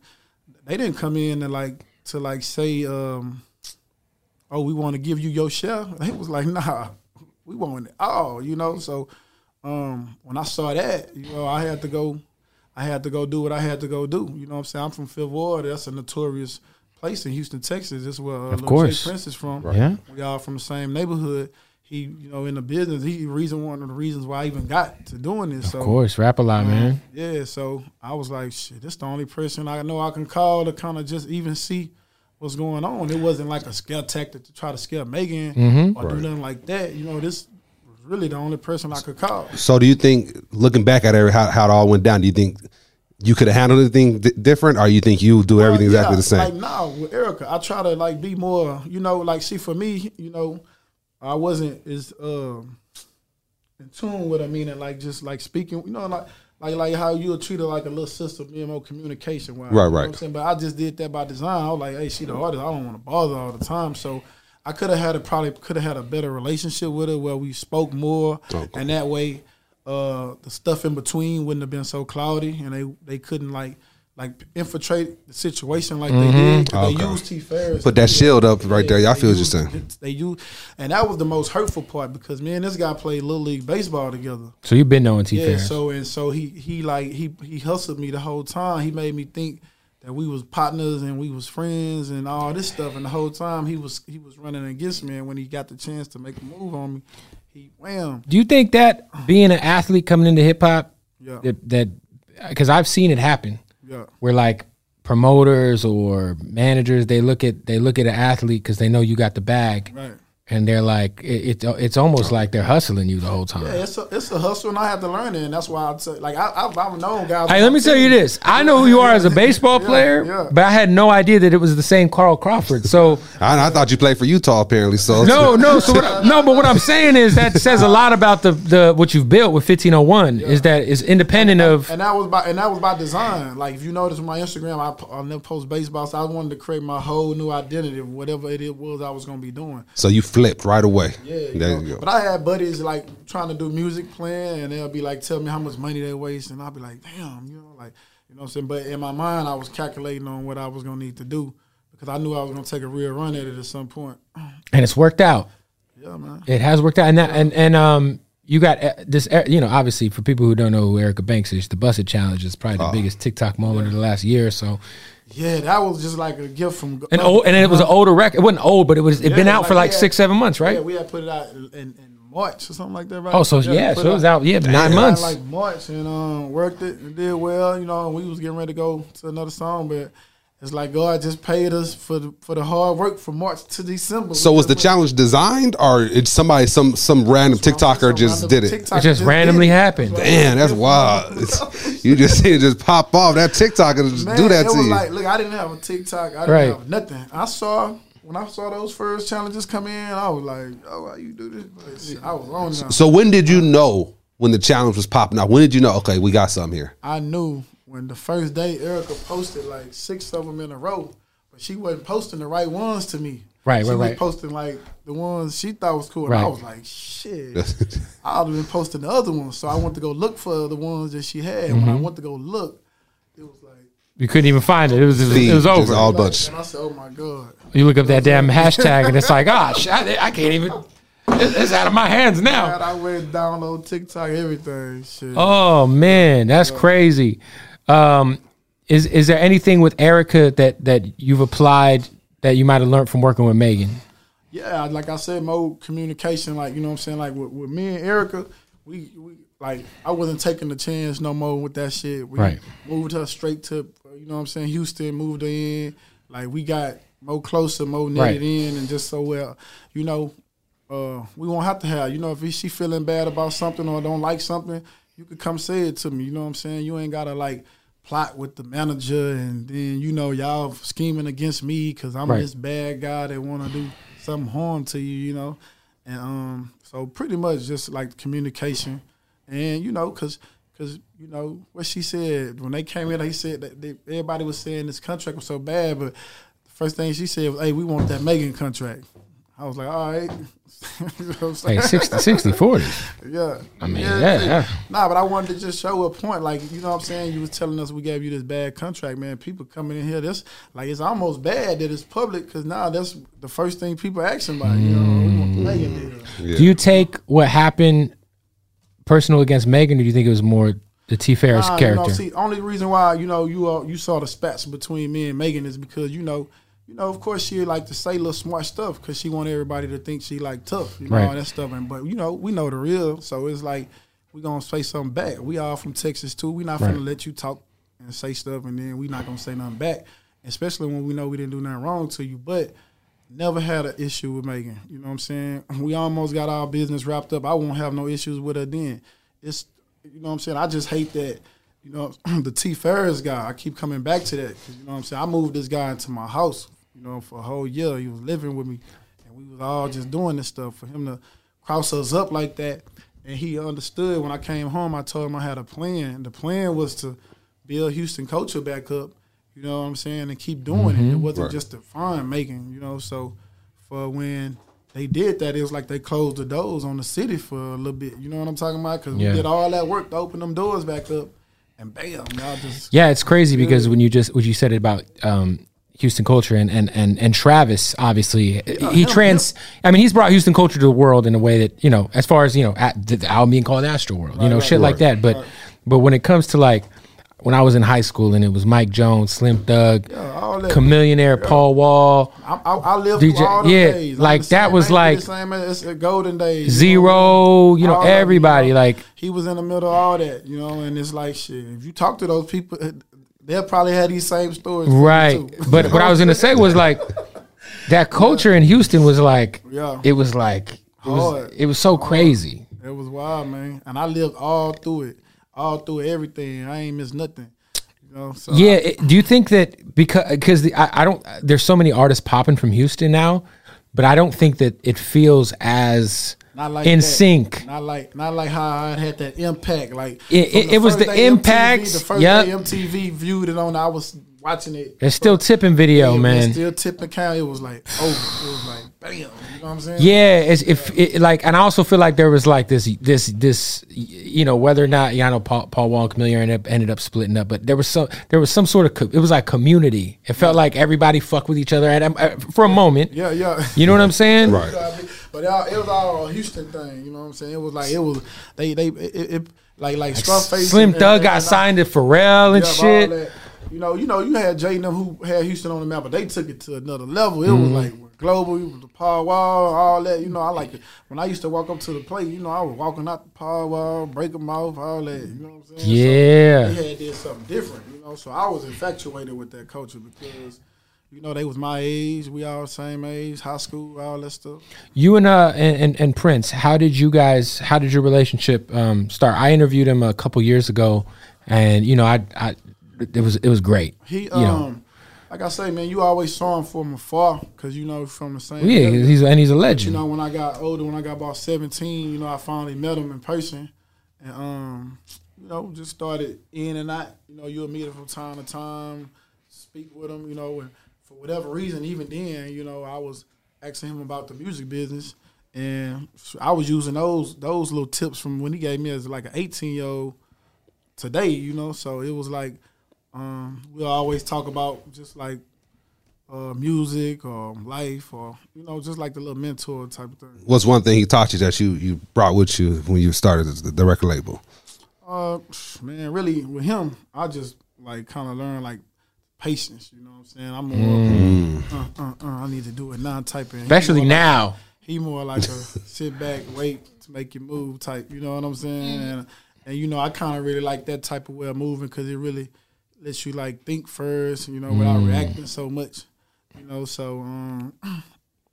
Speaker 4: they didn't come in and like to like say, um, oh, we want to give you your share. They was like, nah, we want it all, you know. So um when I saw that, you know, I had to go I had to go do what I had to go do. You know what I'm saying? I'm from Fifth Ward. That's a notorious place in Houston, Texas. That's where uh, Lil
Speaker 2: course.
Speaker 4: Jay Prince is from.
Speaker 2: Yeah.
Speaker 4: We all from the same neighborhood. He, you know, in the business, he reason one of the reasons why I even got to doing this. so
Speaker 2: Of course, rap a lot, man.
Speaker 4: yeah, so I was like, shit, this the only person I know I can call to kind of just even see what's going on. It wasn't like a scare tactic to try to scare Megan or
Speaker 2: Mm-hmm.
Speaker 4: do nothing like that. You know, this was really the only person I could call.
Speaker 3: So do you think, looking back at every, how, how it all went down, do you think you could have handled anything di different, or you think you do everything
Speaker 4: Well,
Speaker 3: exactly
Speaker 4: yeah,
Speaker 3: the same?
Speaker 4: Like now with Erica, I try to like be more, you know, like see for me, you know, I wasn't as um in tune with her meaning like just like speaking, you know, like like like how you treat her like a little sister, me and more communication wise.
Speaker 3: Right,
Speaker 4: You know what
Speaker 3: right.
Speaker 4: I'm saying? But I just did that by design. I was like, hey, she the artist, I don't want to bother all the time. So I could have had a probably could have had a better relationship with her where we spoke more and that way uh the stuff in between wouldn't have been so cloudy and they they couldn't like like infiltrate the situation like they did. 'cause They
Speaker 3: Mm-hmm. Okay.
Speaker 4: used T Ferris.
Speaker 3: Put that shield up right there.
Speaker 4: Yeah,
Speaker 3: Y'all
Speaker 4: they
Speaker 3: feel what you're
Speaker 4: used-
Speaker 3: saying.
Speaker 4: They you, and that was the most hurtful part because me and this guy played little league baseball together.
Speaker 2: So you've been knowing T
Speaker 4: Yeah.
Speaker 2: Ferris.
Speaker 4: So and so he he like he he hustled me the whole time. He made me think that we was partners and we was friends and all this stuff. And the whole time he was he was running against me. And when he got the chance to make a move on me, he wham.
Speaker 2: Do you think that being an athlete coming into hip hop
Speaker 4: Yeah.
Speaker 2: that that because I've seen it happen
Speaker 4: Yeah.
Speaker 2: where like promoters or managers they look at they look at an athlete because they know you got the bag,
Speaker 4: Right.
Speaker 2: and they're like it, it, it's almost like they're hustling you the whole time.
Speaker 4: Yeah, it's a, it's a hustle, and I have to learn it, and that's why I say, like I, I I've known guys.
Speaker 2: Hey, let me tell you this. I know who you are as a baseball
Speaker 4: Yeah,
Speaker 2: player,
Speaker 4: yeah.
Speaker 2: but I had no idea that it was the same Carl Crawford. So
Speaker 3: I, I thought you played for Utah apparently. So
Speaker 2: no, no. So what I- no, but what I'm saying is that says a lot about the the what you've built with 1501 is that is independent of
Speaker 4: And that was by and that was by design. Like if you notice my Instagram, I, po- I never post baseball, so I wanted to create my whole new identity, of whatever it was I was gonna be doing.
Speaker 3: So you flipped right away.
Speaker 4: Yeah, you
Speaker 3: there
Speaker 4: know,
Speaker 3: you go.
Speaker 4: But I had buddies like trying to do music playing, and they'll be like, tell me how much money they waste, and I'll be like, damn, you know, like you know what I'm saying. But in my mind, I was calculating on what I was gonna need to do because I knew I was gonna take a real run at it at some point.
Speaker 2: and it's worked out.
Speaker 4: Yeah, man.
Speaker 2: It has worked out, and that, and and um, you got uh, this. uh, You know, obviously, for people who don't know who Erica Banks is, the Busted Challenge is probably the
Speaker 4: Oh.
Speaker 2: biggest TikTok moment of the last year or so.
Speaker 4: Yeah, that was just like a gift from
Speaker 2: And old, and it was an older record. It wasn't old, but it was. It had been
Speaker 4: Yeah,
Speaker 2: out for like
Speaker 4: yeah.
Speaker 2: six, seven months, right?
Speaker 4: Yeah, we had put it out in, in March or something like that, right?
Speaker 2: oh, so yeah,
Speaker 4: we put
Speaker 2: so it was out. Yeah, nine
Speaker 4: put it out
Speaker 2: months.
Speaker 4: Like March, and um, worked it and did well. You know, we was getting ready to go to another song, but it's like God just paid us for the, for the hard work from March to December.
Speaker 3: So
Speaker 4: We
Speaker 3: was the
Speaker 4: just
Speaker 3: challenge designed, or it's somebody some some random
Speaker 4: went-
Speaker 3: TikToker
Speaker 4: some
Speaker 3: just
Speaker 4: random
Speaker 3: did it?
Speaker 4: TikTok
Speaker 2: It just
Speaker 4: did
Speaker 2: randomly
Speaker 4: it.
Speaker 2: happened.
Speaker 4: Like,
Speaker 3: Damn, that's
Speaker 4: it was-
Speaker 3: wild. you just see it just pop off. That TikToker
Speaker 4: Man,
Speaker 3: just do that
Speaker 4: it
Speaker 3: to
Speaker 4: was
Speaker 3: you.
Speaker 4: Like, look, I didn't have a TikTok. I didn't
Speaker 2: Right.
Speaker 4: have nothing. I saw when I saw those first challenges come in, I was like, "Oh, why you do this?" But shit, I was on now.
Speaker 3: so when did you know when the challenge was popping out? When did you know? Okay, we got something here.
Speaker 4: I knew when the first day Erica posted like six of them in a row, but she wasn't posting the right ones to me.
Speaker 2: Right,
Speaker 4: she
Speaker 2: right,
Speaker 4: was
Speaker 2: right.
Speaker 4: Posting like the ones she thought was cool, and I
Speaker 2: Right.
Speaker 4: was like, "Shit, I'd have been posting the other ones." So I went to go look for the ones that she had. And When I
Speaker 2: Mm-hmm.
Speaker 4: went to go look, it was like,
Speaker 2: You couldn't even find it. It was. It was, it was
Speaker 3: Feed, just
Speaker 2: over.
Speaker 3: all
Speaker 4: like,
Speaker 3: bunch.
Speaker 4: and I said, "Oh my god!"
Speaker 2: You look up that damn hashtag, and it's like, ah, shit, I, I can't even. It's it's out of my hands
Speaker 4: God,
Speaker 2: now.
Speaker 4: I went download TikTok, everything. Shit.
Speaker 2: Oh man, that's crazy. Um, is is there anything with Erica that that you've applied that you might have learned from working with Megan?
Speaker 4: yeah, like I said, more communication. Like you know what I'm saying. Like with, with me and Erica, we, we like I wasn't taking the chance no more with that shit. We
Speaker 2: Right.
Speaker 4: moved her straight to you know what I'm saying Houston. Moved her in. Like we got more closer, more knitted
Speaker 2: Right.
Speaker 4: in, and just so well, you know, uh, we won't have to have. You know, if she feeling bad about something or don't like something, you could come say it to me. You know what I'm saying? You ain't gotta like plot with the manager and then you know y'all scheming against me because I'm
Speaker 2: Right.
Speaker 4: this bad guy that want to do some harm to you. You know, and um, so pretty much just like communication, and you know, cause. Cause you know what she said when they came in, they said that they, everybody was saying this contract was so bad, but the first thing she said was, "Hey, we want that Megan contract." I was like, all right. you know what I'm saying?
Speaker 2: Like 60, 60 40.
Speaker 4: yeah. I
Speaker 2: mean, yeah, yeah.
Speaker 4: Nah, but I wanted to just show a point. Like, you know what I'm saying? You was telling us we gave you this bad contract, man. People coming in here, that's like, it's almost bad that it's public because now that's the first thing people ask somebody. You know, we want the Megan deal.
Speaker 2: Do you take what happened personal against Megan, or do you think it was more the T. Ferris
Speaker 4: Nah,
Speaker 2: character?
Speaker 4: Uh, You know, see, only reason why you know you all, you saw the spats between me and Megan is because you know, you know, of course she like to say little smart stuff because she want everybody to think she like tough, you know,
Speaker 2: Right.
Speaker 4: all that stuff. And but you know, we know the real, so it's like we gonna say something back. We all from Texas too. We not gonna let you talk and say stuff, and then we not gonna say nothing back, especially when we know we didn't do nothing wrong to you, but. Never had an issue with Megan. You know what I'm saying? We almost got our business wrapped up. I won't have no issues with her then. It's you know what I'm saying? I just hate that, you know, the T Ferris guy. I keep coming back to that. 'cause you know what I'm saying? I moved this guy into my house, you know, for a whole year. He was living with me. And we was all just doing this stuff. For him to cross us up like that. And he understood when I came home, I told him I had a plan. The plan was to build Houston culture back up, you know what I'm saying, and keep doing it. It wasn't just to find making, you know, so for when they did that, it was like they closed the doors on the city for a little bit. You know what I'm talking about? Because
Speaker 2: Yeah.
Speaker 4: we did all that work to open them doors back up, and bam, y'all just
Speaker 2: Yeah, it's crazy because when you just what you said about um, Houston culture and, and and and Travis,
Speaker 4: Oh,
Speaker 2: obviously he trans. I mean, he's brought Houston culture to the world in a way that you know, as far as you know, at, the album being called Astro World, you know, shit like that. But but when it comes to like when I was in high school and it was Mike Jones, Slim Thug,
Speaker 4: all that.
Speaker 2: Chameleonaire, Paul Wall,
Speaker 4: I, I, I lived
Speaker 2: DJ
Speaker 4: through all them
Speaker 2: yeah,
Speaker 4: days.
Speaker 2: like,
Speaker 4: the same-
Speaker 2: that was
Speaker 4: I ain't
Speaker 2: like
Speaker 4: the same as it's the golden days. you know what I mean?
Speaker 2: Zero, you know,
Speaker 4: All that,
Speaker 2: everybody
Speaker 4: know,
Speaker 2: like.
Speaker 4: he was in the middle of all that, you know, and it's like shit. If you talk to those people, They'll probably have these same stories.
Speaker 2: Right.
Speaker 4: too.
Speaker 2: But what I was gonna say was like that culture in Houston was like
Speaker 4: Yeah.
Speaker 2: it was like it was,
Speaker 4: Hard.
Speaker 2: it was so crazy.
Speaker 4: It was wild, man. And I lived all through it, all through everything. I ain't missed nothing. You know, so
Speaker 2: Yeah. it- do you think that because because I, I don't there's so many artists popping from Houston now, but I don't think that it feels as
Speaker 4: Not like
Speaker 2: in
Speaker 4: that.
Speaker 2: sync.
Speaker 4: Not like not like how I had that impact. Like
Speaker 2: It-
Speaker 4: from
Speaker 2: it- it was
Speaker 4: first
Speaker 2: the
Speaker 4: day
Speaker 2: impacts.
Speaker 4: MTV, the first
Speaker 2: Yep.
Speaker 4: day MTV viewed it on. I was watching it.
Speaker 2: It's still tipping video,
Speaker 4: It was
Speaker 2: man.
Speaker 4: Still tipping count. It was like oh, it was like bam. You know what I'm saying?
Speaker 2: Yeah, it's, if it, like, and I also feel like there was like this, this, this, you know, whether or not, yeah, I know Paul, Paul Wall and Chameleon ended up, ended up splitting up, but there was some, there was some sort of, co- it was like community. It felt like everybody fucked with each other at, at- for a moment.
Speaker 4: Yeah, yeah.
Speaker 2: You know what I'm saying?
Speaker 3: Right.
Speaker 4: But it, all, it was all a Houston thing, you know what I'm saying? It was like it was they they it, it, it like like Scarface.
Speaker 2: Slim
Speaker 4: and-
Speaker 2: Thug
Speaker 4: and-
Speaker 2: got
Speaker 4: and
Speaker 2: signed to Pharrell and
Speaker 4: Yeah, but all
Speaker 2: shit.
Speaker 4: that. You know, you know, you had Jay and them who had Houston on the map, but they took it to another level. It
Speaker 2: Mm-hmm.
Speaker 4: was like global. It was the Paul Wall, all that. You know, I like it. when I used to walk up to the plate. You know, I was walking out the Paul Wall, break them off, all that. You know what I'm saying?
Speaker 2: Yeah.
Speaker 4: So they had did something different. You know, so I was infatuated with that culture because. You know, they was my age. We all same age, high school, all that stuff.
Speaker 2: You and uh and, and, and Prince, how did you guys? How did your relationship um, start? I interviewed him a couple years ago, and you know, I, I it was it was great.
Speaker 4: He,
Speaker 2: you know.
Speaker 4: um, like I say, man, you always saw him from afar because you know from the same.
Speaker 2: yeah,
Speaker 4: area.
Speaker 2: he's and he's a legend.
Speaker 4: you know, when I got older, when I got about seventeen, you know, I finally met him in person, and um, you know, just started in and out. You know, you'll meet him from time to time, speak with him, you know, and for whatever reason, even then, you know, I was asking him about the music business, and I was using those those little tips from when he gave me as like an eighteen year old today, you know. So it was like um, we'll always talk about just like uh, music or life or you know just like the little mentor type of thing.
Speaker 3: What's one thing he taught you that you you brought with you when you started the, the record label?
Speaker 4: Uh, man, really with him, I just like kind of learned like patience. You know what I'm saying? I'm more uh, uh, uh, I need to do it now type of.
Speaker 2: especially
Speaker 4: he more
Speaker 2: now.
Speaker 4: Like, he more like a sit back, wait to make you move type. You know what I'm saying? And, and you know I kind of really like that type of way of moving because it really lets you like think first. You know without reacting so much. You know so um,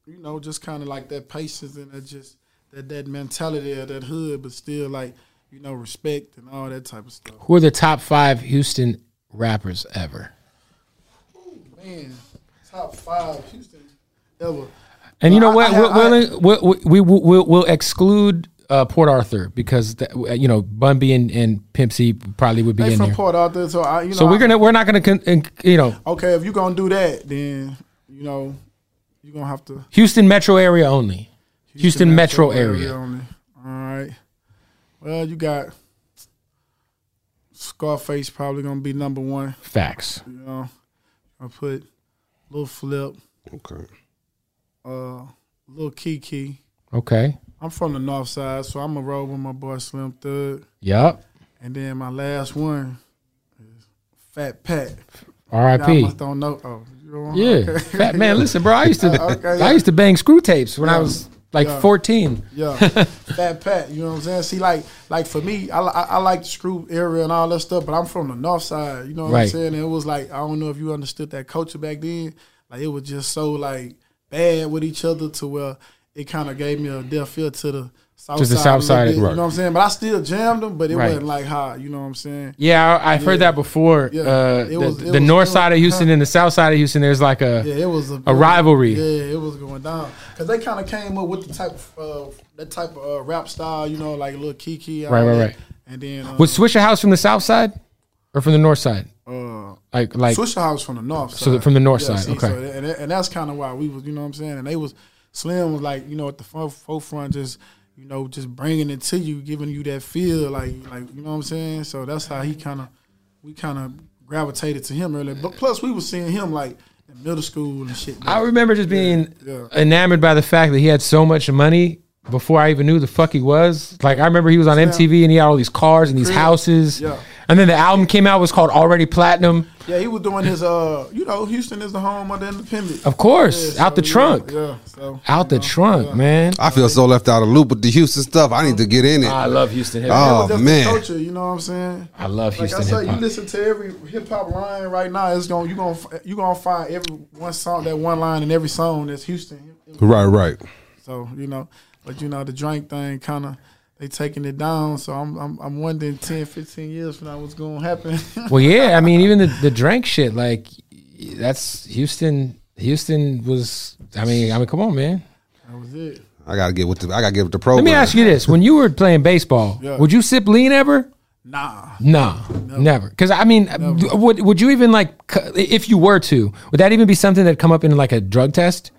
Speaker 4: you know, just kind of like that patience and that just that that mentality of that hood, but still like you know respect and all that type of stuff.
Speaker 2: Who are the top five Houston rappers ever?
Speaker 4: Man, top five Houston ever.
Speaker 2: And you know
Speaker 4: Well, I-
Speaker 2: what?
Speaker 4: I
Speaker 2: We'll,
Speaker 4: have-
Speaker 2: we'll,
Speaker 4: I-
Speaker 2: in- we'll, we will we'll, we'll exclude uh, Port Arthur because that, uh, you know Bun B and, and Pimp C probably would be
Speaker 4: They
Speaker 2: in
Speaker 4: from
Speaker 2: there.
Speaker 4: Port Arthur, so I you know.
Speaker 2: so we're
Speaker 4: I-
Speaker 2: gonna we're not gonna con- in- you know
Speaker 4: okay if you gonna do that, then you know you are gonna have to
Speaker 2: Houston metro area only. Houston, metro, area.
Speaker 4: only. All right. Well, you got Scarface probably gonna be number one.
Speaker 2: Facts.
Speaker 4: You know, I put Lil Flip,
Speaker 3: Okay.
Speaker 4: uh, Lil Kiki.
Speaker 2: Okay.
Speaker 4: I'm from the north side, so I'm a roll with my boy Slim Thug.
Speaker 2: Yep.
Speaker 4: And then my last one is Fat Pat. Now, I
Speaker 2: R.I.P.
Speaker 4: must don't know. Oh, you don't
Speaker 2: Yeah. Fat man, listen, bro. I used to
Speaker 4: Okay,
Speaker 2: I
Speaker 4: yeah.
Speaker 2: used to bang screw tapes when I
Speaker 4: Yeah.
Speaker 2: was like
Speaker 4: Yeah.
Speaker 2: 14.
Speaker 4: Yeah, Fat Pat. You know what I'm saying? See, like, like for me, I, li- I, I like the screw area and all that stuff, but I'm from the north side. You know what
Speaker 2: Right.
Speaker 4: I'm saying? And it was like I don't know if you understood that culture back then. Like it was just so like bad with each other to where it kind of gave me a deaf feel to the south
Speaker 2: To the
Speaker 4: side.
Speaker 2: south
Speaker 4: a little
Speaker 2: side,
Speaker 4: bit,
Speaker 2: right.
Speaker 4: You know what I'm saying? But I still jammed them, but it
Speaker 2: Right.
Speaker 4: wasn't like hot. You know what I'm saying?
Speaker 2: Yeah, I, I've heard that before.
Speaker 4: Yeah.
Speaker 2: Uh,
Speaker 4: It
Speaker 2: the
Speaker 4: was- it
Speaker 2: the
Speaker 4: was-
Speaker 2: north
Speaker 4: it
Speaker 2: side of
Speaker 4: was-
Speaker 2: Houston and the south side of Houston, there's like a
Speaker 4: Yeah, it was uh, a,
Speaker 2: A rivalry.
Speaker 4: Yeah, it was going down because they kind of came up with the type of uh, that type of uh, rap style, you know, like little Kiki. all
Speaker 2: Right, right,
Speaker 4: that.
Speaker 2: right.
Speaker 4: And then um,
Speaker 2: Was Swisher House from the south side or from the north side?
Speaker 4: uh,
Speaker 2: Like, like
Speaker 4: Swisher House from the north side.
Speaker 2: So the- from the north side, okay.
Speaker 4: so that- and, that- and that's kind of why we was, you know what I'm saying? And they was, Slim was like, you know, at the front, forefront, just, you know, just bringing it to you, giving you that feel, like, like you know what I'm saying? So that's how he kind of, we kind of gravitated to him earlier. But plus, we was seeing him, like, in middle school and shit.
Speaker 2: I remember just being
Speaker 4: Yeah,
Speaker 2: enamored by the fact that he had so much money before I even knew the fuck he was. Like, I remember he was on MTV and he had all these cars and these houses.
Speaker 4: Yeah.
Speaker 2: And then the album came out was called Already Platinum.
Speaker 4: Yeah, he was doing his. Uh, you know, Houston is the home of the independent.
Speaker 2: Of course,
Speaker 4: Yeah,
Speaker 2: out the
Speaker 4: so, yeah,
Speaker 2: trunk,
Speaker 4: Yeah. So
Speaker 2: out the
Speaker 4: you know,
Speaker 2: trunk,
Speaker 4: yeah.
Speaker 2: man.
Speaker 3: I feel so left out of loop with the Houston stuff. I need to get in it.
Speaker 2: I love Houston hip hop.
Speaker 4: It was
Speaker 3: Oh
Speaker 4: just the
Speaker 3: man,
Speaker 4: culture. You know what I'm saying?
Speaker 2: I love
Speaker 4: Like I
Speaker 2: Houston
Speaker 4: said,
Speaker 2: hip
Speaker 4: you
Speaker 2: hop.
Speaker 4: listen to every hip hop line right now. It's going you gonna f- you gonna find every one song that one line in every song that's Houston.
Speaker 3: right, right.
Speaker 4: So you know, but you know the drink thing kind of they taking it down. So I'm I'm, I'm wondering 10, 15 years from now what's gonna happen.
Speaker 2: Well, yeah, I mean, even the the Drake shit, like that's Houston. Houston was. I mean, I mean, come on, man.
Speaker 4: that was it.
Speaker 3: I gotta get with the. I gotta get with the program.
Speaker 2: Let me ask you this: When you were playing baseball,
Speaker 4: Yeah.
Speaker 2: would you sip lean ever?
Speaker 4: Nah.
Speaker 2: Nah, never. Because I mean, d- would would you even like c- if you were to? Would that even be something that come up in like a drug test?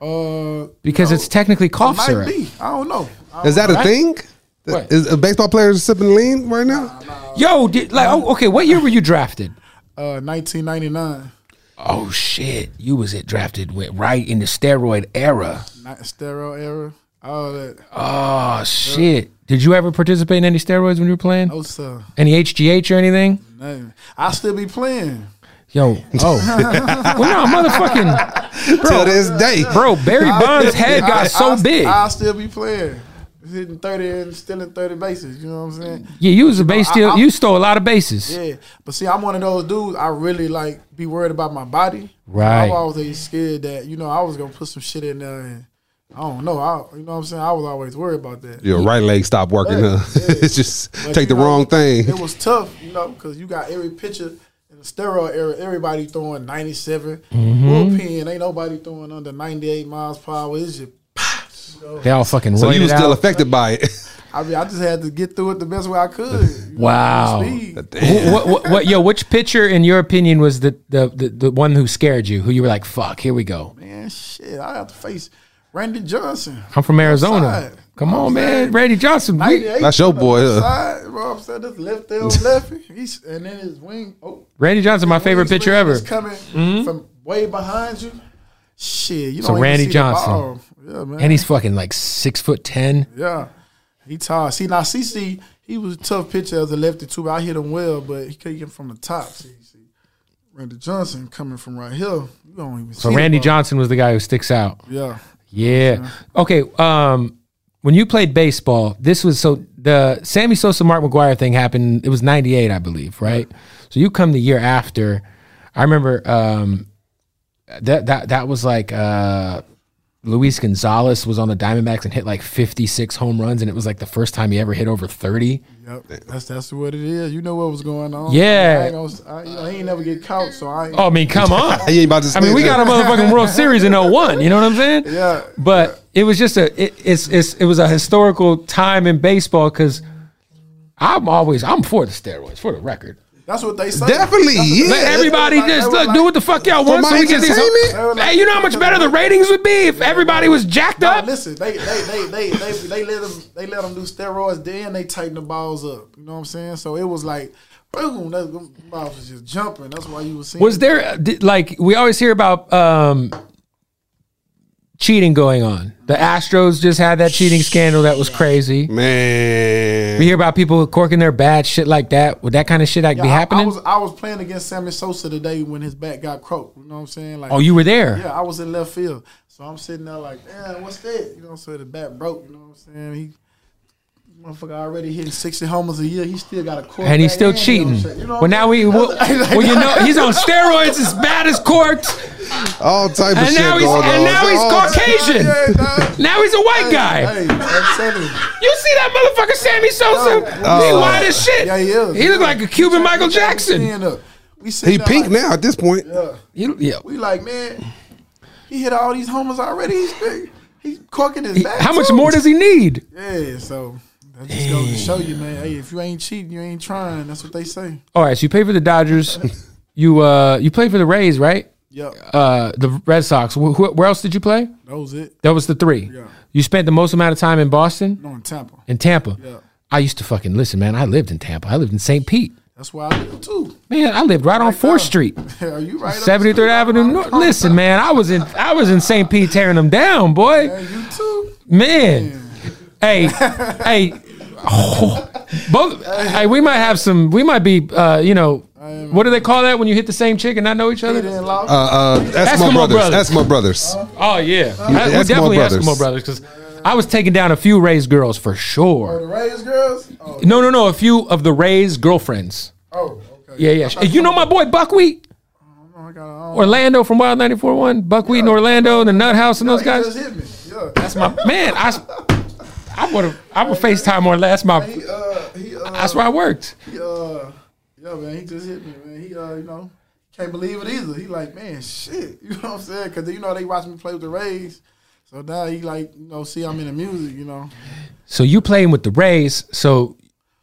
Speaker 4: Uh,
Speaker 2: Because it's technically cough
Speaker 4: might
Speaker 2: syrup.
Speaker 4: be. I don't know. I
Speaker 3: Is that a thing?
Speaker 2: What?
Speaker 3: Is a baseball player sipping lean right now?
Speaker 2: Yo, did, like, oh, okay, what year were you drafted?
Speaker 4: Uh, 1999.
Speaker 2: Oh shit, you was it drafted with, right in the steroid era.
Speaker 4: Not steroid era. All that.
Speaker 2: Oh shit. Did you ever participate in any steroids when you were playing?
Speaker 4: Oh, sir.
Speaker 2: Any HGH or anything?
Speaker 4: Nothing. I still be playing.
Speaker 2: Yo, oh, well, no, motherfucking
Speaker 3: Till
Speaker 2: bro,
Speaker 3: this day,
Speaker 2: bro. Barry Bonds' head
Speaker 4: I-
Speaker 2: got so
Speaker 4: I-
Speaker 2: big.
Speaker 4: I still be playing. Hitting 30 and stealing 30 bases. You know what I'm saying?
Speaker 2: yeah, you was a base
Speaker 4: I-
Speaker 2: steal.
Speaker 4: I-
Speaker 2: You stole a lot of bases.
Speaker 4: Yeah, but see, I'm one of those dudes. I really like be worried about my body.
Speaker 2: Right.
Speaker 4: I was always scared that you know I was gonna put some shit in there. And I don't know. I, you know what I'm saying? I was always worried about that.
Speaker 3: your right leg stopped working.
Speaker 4: Yeah,
Speaker 3: huh?
Speaker 4: yeah.
Speaker 3: it's just
Speaker 4: But,
Speaker 3: take the
Speaker 4: you know,
Speaker 3: wrong thing.
Speaker 4: It was tough, you know, because you got every pitcher in the steroid era. Everybody throwing 97
Speaker 2: Mm-hmm.
Speaker 4: bullpen. Ain't nobody throwing under 98 miles per hour. It's just
Speaker 2: They all fucking.
Speaker 3: So you
Speaker 2: roided
Speaker 3: were still
Speaker 2: out.
Speaker 3: affected by it.
Speaker 4: I mean, I just had to get through it the best way I could. you know,
Speaker 2: Wow.
Speaker 4: speed.
Speaker 2: Wh- what, what, what, yo, which pitcher, in your opinion, was the, the, the, the one who scared you? Who you were like, fuck, here we go.
Speaker 4: Man, shit, I have to face Randy Johnson.
Speaker 2: I'm from Arizona.
Speaker 4: Outside.
Speaker 2: Come on, man.
Speaker 4: Outside.
Speaker 2: Randy Johnson. We,
Speaker 4: 98
Speaker 3: That's your
Speaker 4: on the
Speaker 3: boy, huh?
Speaker 4: Side, bro, I'm saying this left elbow lefty. He's and then his wing. Oh,
Speaker 2: Randy Johnson, my favorite
Speaker 4: wing
Speaker 2: pitcher
Speaker 4: swing
Speaker 2: ever. Mm-hmm.
Speaker 4: is coming from way behind you. Shit, you
Speaker 2: So
Speaker 4: don't even
Speaker 2: Randy
Speaker 4: see the
Speaker 2: Johnson.
Speaker 4: ball. Yeah, man.
Speaker 2: And he's fucking like six foot ten.
Speaker 4: yeah, he tall. See now, CC, he was a tough pitcher as a lefty too. But I hit him well, but he couldn't get from the top. See, see. Randy Johnson coming from right here. You don't even
Speaker 2: So
Speaker 4: see. the
Speaker 2: Randy
Speaker 4: ball.
Speaker 2: Johnson was the guy who sticks out.
Speaker 4: Yeah.
Speaker 2: Yeah. Okay. Um, when you played baseball, this was so the Sammy Sosa Mark McGuire thing happened. It was '98, I believe, right? So you come the year after. I remember um, that that that was like uh, Luis Gonzalez was on the Diamondbacks and hit like 56 home runs, and it was like the first time he ever hit over 30.
Speaker 4: Yep, that's that's what it is. You know what was going on.
Speaker 2: Yeah.
Speaker 4: I ain't, gonna- I, you know, he ain't never get caught, so I ain't,
Speaker 2: Oh, I mean, come on.
Speaker 3: He ain't about to
Speaker 2: I mean,
Speaker 3: say
Speaker 2: we
Speaker 3: that.
Speaker 2: got a motherfucking World Series in 01. You know what I'm saying?
Speaker 4: Yeah.
Speaker 2: But it was just a it, it's, it's it was a historical time in baseball because I'm always I'm for the steroids for the record.
Speaker 4: that's what they say.
Speaker 3: Definitely, yeah.
Speaker 2: Let everybody
Speaker 4: Like,
Speaker 2: just
Speaker 4: they
Speaker 2: look
Speaker 4: were
Speaker 2: do
Speaker 4: like-
Speaker 2: what the fuck y'all want.
Speaker 3: my
Speaker 2: So we get these.
Speaker 3: entertainment?
Speaker 2: Hey, you know how much better the ratings would be if everybody was jacked
Speaker 4: Nah,
Speaker 2: up.
Speaker 4: listen, they they, they they they they let them they let them do steroids, then they tighten the balls up. You know what I'm saying? So it was like, boom, that them balls was just jumping. That's why you was seeing.
Speaker 2: Was there uh, did- like we always hear about um cheating going on? The Astros just had that cheating scandal that was crazy. We
Speaker 3: man.
Speaker 2: hear about people corking their bats, shit like that. Would that kind of shit like
Speaker 4: Yeah,
Speaker 2: be
Speaker 4: I- I,
Speaker 2: happening?
Speaker 4: was I was playing against Sammy Sosa today when his back got croaked. You know what I'm saying? Like,
Speaker 2: oh, you were there.
Speaker 4: yeah, I was in left field, so I'm sitting there like, damn, what's that? You know, so the back broke. You know what I'm saying? He. Motherfucker already hitting sixty homers a year. He still got a quarter.
Speaker 2: And he's still cheating. well, now we well, well, you know, he's on steroids as bad as corked,
Speaker 3: All type of
Speaker 2: and
Speaker 3: shit
Speaker 2: now
Speaker 3: going
Speaker 2: he's
Speaker 3: on.
Speaker 2: and now he's
Speaker 3: All
Speaker 2: Caucasian.
Speaker 4: Yeah,
Speaker 2: Now he's a white guy.
Speaker 4: Hey, I'm telling you.
Speaker 2: You see that motherfucker, Sammy Sosa? he white as shit.
Speaker 4: Oh. Yeah, he is.
Speaker 2: He look like a Cuban Michael
Speaker 4: We trying to
Speaker 2: Jackson.
Speaker 4: stand up. We sitting
Speaker 3: He
Speaker 4: there
Speaker 3: pink
Speaker 4: like-
Speaker 3: now at this point.
Speaker 2: He- yeah.
Speaker 4: We like, man, he hit all these homers already. He's big. He's corking his back.
Speaker 2: How much
Speaker 4: too.
Speaker 2: more does he need?
Speaker 4: Yeah, so that just goes to show you, man. Hey, if you ain't cheating, you ain't trying. That's what they say.
Speaker 2: All right, so you pay for the Dodgers. You uh you play for the Rays, right?
Speaker 4: Yep,
Speaker 2: Uh the Red Sox. Wh- wh- where else did you play?
Speaker 4: that was it.
Speaker 2: That was the three. You spent the most amount of time in Boston.
Speaker 4: No, in Tampa.
Speaker 2: in Tampa. I used to fucking listen, man. I lived in Tampa. I lived in St. Pete.
Speaker 4: That's why I live too.
Speaker 2: Man, I lived right on Fourth Street,
Speaker 4: Are you right? up the
Speaker 2: Seventy
Speaker 4: street?
Speaker 2: Third Avenue
Speaker 4: I'm
Speaker 2: North.
Speaker 4: talking
Speaker 2: Listen, man, I was in I was in St. Pete tearing them down, boy.
Speaker 4: about You too.
Speaker 2: Man, hey, hey, Both. Hey, we might have some. We might be. Uh, you know, what do they call that when you hit the same chick and not know each other?
Speaker 3: Uh, uh, Eskimo,
Speaker 2: Eskimo
Speaker 3: brothers.
Speaker 2: Brothers.
Speaker 3: Eskimo brothers.
Speaker 2: Oh yeah, I,
Speaker 3: Eskimo
Speaker 2: we definitely
Speaker 3: Brothers.
Speaker 2: Eskimo brothers because I was taking down a few raised girls for
Speaker 4: The
Speaker 2: sure.
Speaker 4: Rays girls? Oh,
Speaker 2: No, no, no, a few of the raised girlfriends.
Speaker 4: oh okay.
Speaker 2: Yeah, yeah. You know my boy Buckwheat,
Speaker 4: Oh, I got an arm.
Speaker 2: Orlando from Wild 94.1, Buckwheat in Orlando, the Nut House and those
Speaker 4: He
Speaker 2: guys.
Speaker 4: just hit me. Yeah.
Speaker 2: That's my man. I I would have. I would FaceTime or last my.
Speaker 4: He, uh, he, uh,
Speaker 2: That's where I worked.
Speaker 4: he, uh, yeah, man, he just hit me, man. He, uh, you know, can't believe it either. He like, man, shit. You know what I'm saying? Because, you know, they watch me play with the Rays. So now he like, you know, see I'm in the music, you know.
Speaker 2: So you playing with the Rays? So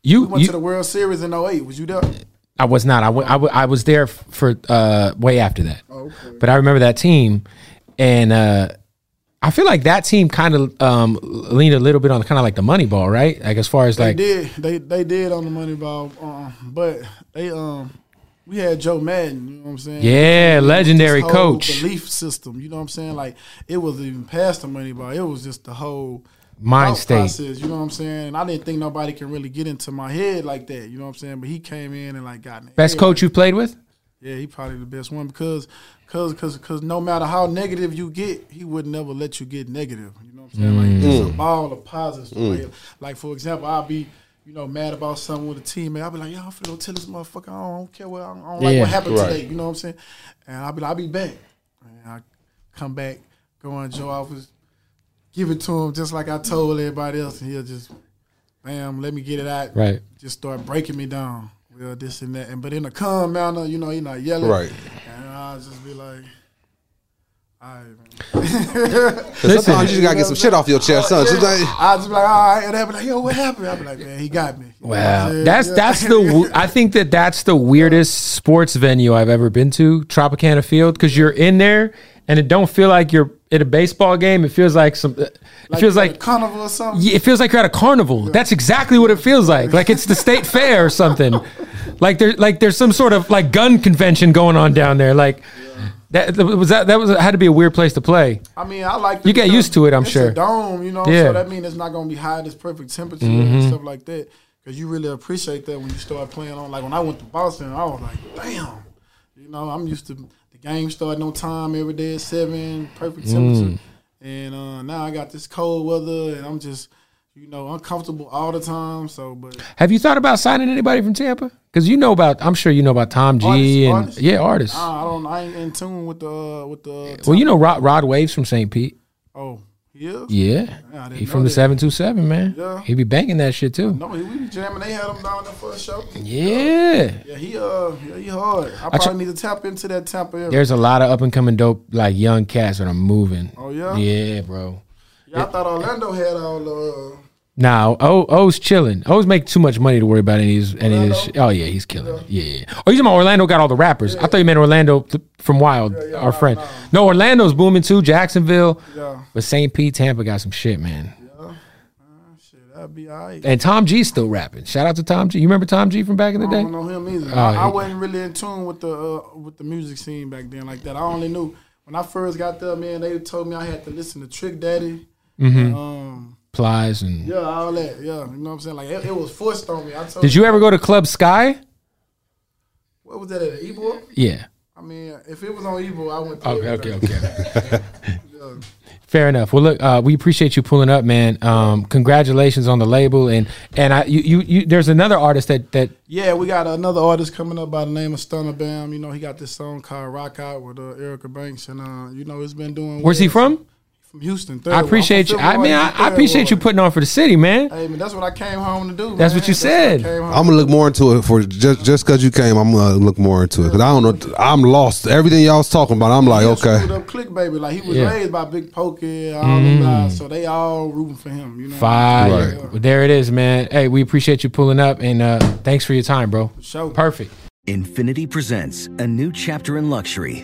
Speaker 2: you
Speaker 4: Went
Speaker 2: you,
Speaker 4: to the World Series in 08. Was you there?
Speaker 2: I was not. I wa- I wa- I was there f- for uh, way after that.
Speaker 4: Oh,
Speaker 2: But I remember that team, and uh, I feel like that team kind of um, leaned a little bit on kind of like the money ball, right? Like as far as
Speaker 4: They
Speaker 2: like
Speaker 4: did. They they did on the Moneyball. Um, but they um, we had Joe Madden. You know what I'm saying?
Speaker 2: yeah, legendary
Speaker 4: this whole
Speaker 2: coach
Speaker 4: belief system. You know what I'm saying? Like it was even past the money ball. It was just the whole
Speaker 2: mind
Speaker 4: thought
Speaker 2: state.
Speaker 4: process. You know what I'm saying? And I didn't think nobody can really get into my head like that. You know what I'm saying? But he came in and like got in the
Speaker 2: Best
Speaker 4: head.
Speaker 2: coach you played with?
Speaker 4: Yeah, he probably the best one because because because because no matter how negative you get, he would never let you get negative. You know what I'm saying? Like
Speaker 2: Mm.
Speaker 4: it's a ball of positives. Like, like, for example, I'll be. You know, mad about something with a teammate. I'll be like, "Yo, I'm finna go tell this motherfucker. I don't, I don't care what. I don't, I don't like
Speaker 2: Yeah.
Speaker 4: what happened today." You know what I'm saying? And I'll be, like, "I'll be back." And I come back, go in Joe office, give it to him just like I told everybody else, and he'll just, bam, let me get it out.
Speaker 2: Right.
Speaker 4: Just start breaking me down. Well, this and that, and but in a calm manner, you know, he not yelling.
Speaker 3: Right.
Speaker 4: And I'll just be like, all right, man.
Speaker 3: 'Cause Sometimes you just gotta get some shit off your chest, son. Just like-
Speaker 4: I'll just be like, all right, and they'll be like, yo, what happened? I'll be like, man, he got me. You know what I'm
Speaker 2: Wow,
Speaker 4: saying?
Speaker 2: that's
Speaker 4: Yeah.
Speaker 2: that's the. w- I think that that's the weirdest sports venue I've ever been to, Tropicana Field, because you're in there and it don't feel like you're at a baseball game. It feels like some. It feels
Speaker 4: at a
Speaker 2: like
Speaker 4: carnival or something.
Speaker 2: Yeah, it feels like you're at a carnival. That's exactly what it feels like. Like it's the state fair or something. Like there, like there's some sort of like gun convention going on down there. Like that that was that that was had to be a weird place to play.
Speaker 4: I mean, I like
Speaker 2: You get
Speaker 4: because
Speaker 2: used to it, I'm
Speaker 4: it's
Speaker 2: sure.
Speaker 4: A dome, you know,
Speaker 2: Yeah. Mm-hmm.
Speaker 4: so that means it's not gonna be high. This perfect temperature and stuff like that. Because you really appreciate that when you start playing on. Like when I went to Boston, I was like, damn, you know, I'm used to the game starting on time every day at seven, perfect
Speaker 2: Mm.
Speaker 4: temperature, and uh, now I got this cold weather, and I'm just, you know, uncomfortable all the time. So, but
Speaker 2: Have you thought about signing anybody from Tampa? Because you know about, I'm sure you know about Tom G
Speaker 4: Artists,
Speaker 2: and
Speaker 4: artists? Uh,
Speaker 2: yeah, artists.
Speaker 4: I, I don't, I ain't in tune with the uh, with the.
Speaker 2: well, you know Rod, Rod Waves from St. Pete.
Speaker 4: oh, yeah.
Speaker 2: Yeah,
Speaker 4: Yeah, I didn't
Speaker 2: he
Speaker 4: know
Speaker 2: from the
Speaker 4: that.
Speaker 2: seven two seven man.
Speaker 4: Yeah.
Speaker 2: He be banging that shit too.
Speaker 4: No, we be jamming. They had him down there for a show.
Speaker 2: Yeah.
Speaker 4: Yeah, he uh, yeah, he hard. I,
Speaker 2: tr-
Speaker 4: probably need to tap into that Tampa area.
Speaker 2: There's a lot of up and coming dope like young cats that are moving.
Speaker 4: Oh, yeah?
Speaker 2: yeah, bro.
Speaker 4: yeah, I thought Orlando had all the. Uh,
Speaker 2: Nah, O O's chilling. O's make too much money to worry about any of his, any of this. Shit. Oh yeah, he's killing it. Yeah, yeah. Oh, you talking about Orlando got all the rappers? I thought you meant Orlando th- from Wild, our friend. No, Orlando's booming too. Jacksonville,
Speaker 4: yeah,
Speaker 2: but St. Pete, Tampa got some shit, man.
Speaker 4: shit, that'd be all right.
Speaker 2: And Tom G's still rapping. Shout out to Tom G. You remember Tom G from back in the
Speaker 4: I
Speaker 2: day?
Speaker 4: don't know him either. I, I
Speaker 2: he-
Speaker 4: wasn't really in tune with the uh, with the music scene back then like that. I only knew when I first got there, man. They told me I had to listen to Trick Daddy. Um,
Speaker 2: Plies and.
Speaker 4: yeah, all that. Yeah, you know what I'm saying. Like it, it was forced on me. I told
Speaker 2: Did you ever go to Club Sky?
Speaker 4: What was that at Ebo?
Speaker 2: Yeah.
Speaker 4: I mean, if it was on Ebo, I went. To
Speaker 2: Okay. Okay.
Speaker 4: everything.
Speaker 2: Okay. Fair enough. Well, look, uh, we appreciate you pulling up, man. Um, congratulations on the label, and and I, you, you, you there's another artist that that
Speaker 4: Yeah, we got another artist coming up by the name of Stunner Bam. You know, he got this song called Rock Out with uh, Erica Banks, and uh, you know, it's been doing.
Speaker 2: where's he
Speaker 4: well.
Speaker 2: from?
Speaker 4: From Houston. Third
Speaker 2: I
Speaker 4: Ward.
Speaker 2: appreciate you.
Speaker 4: I'm from Fifth
Speaker 2: I mean,
Speaker 4: Ward,
Speaker 2: I, I
Speaker 4: Third
Speaker 2: appreciate you
Speaker 4: Ward.
Speaker 2: putting on for the city, man.
Speaker 4: Hey man, that's what I came home to do.
Speaker 2: That's
Speaker 4: man.
Speaker 2: what you
Speaker 4: what
Speaker 2: said.
Speaker 4: I came home
Speaker 3: I'm gonna look more into it for just just cause you came. I'm gonna look more into it. Cause I don't know. I'm lost. Everything y'all's talking about. I'm like,
Speaker 4: He
Speaker 3: okay.
Speaker 4: screwed Up click baby, like he was
Speaker 2: Yeah. Mm-hmm.
Speaker 4: raised by Big Pokey, all them guys, so they all rooting for him. You know,
Speaker 2: Fire.
Speaker 3: Right.
Speaker 2: Well, there it is, man. Hey, we appreciate you pulling up, and uh, thanks for your time, bro.
Speaker 4: Show.
Speaker 2: Perfect.
Speaker 5: Infinity presents a new chapter in luxury,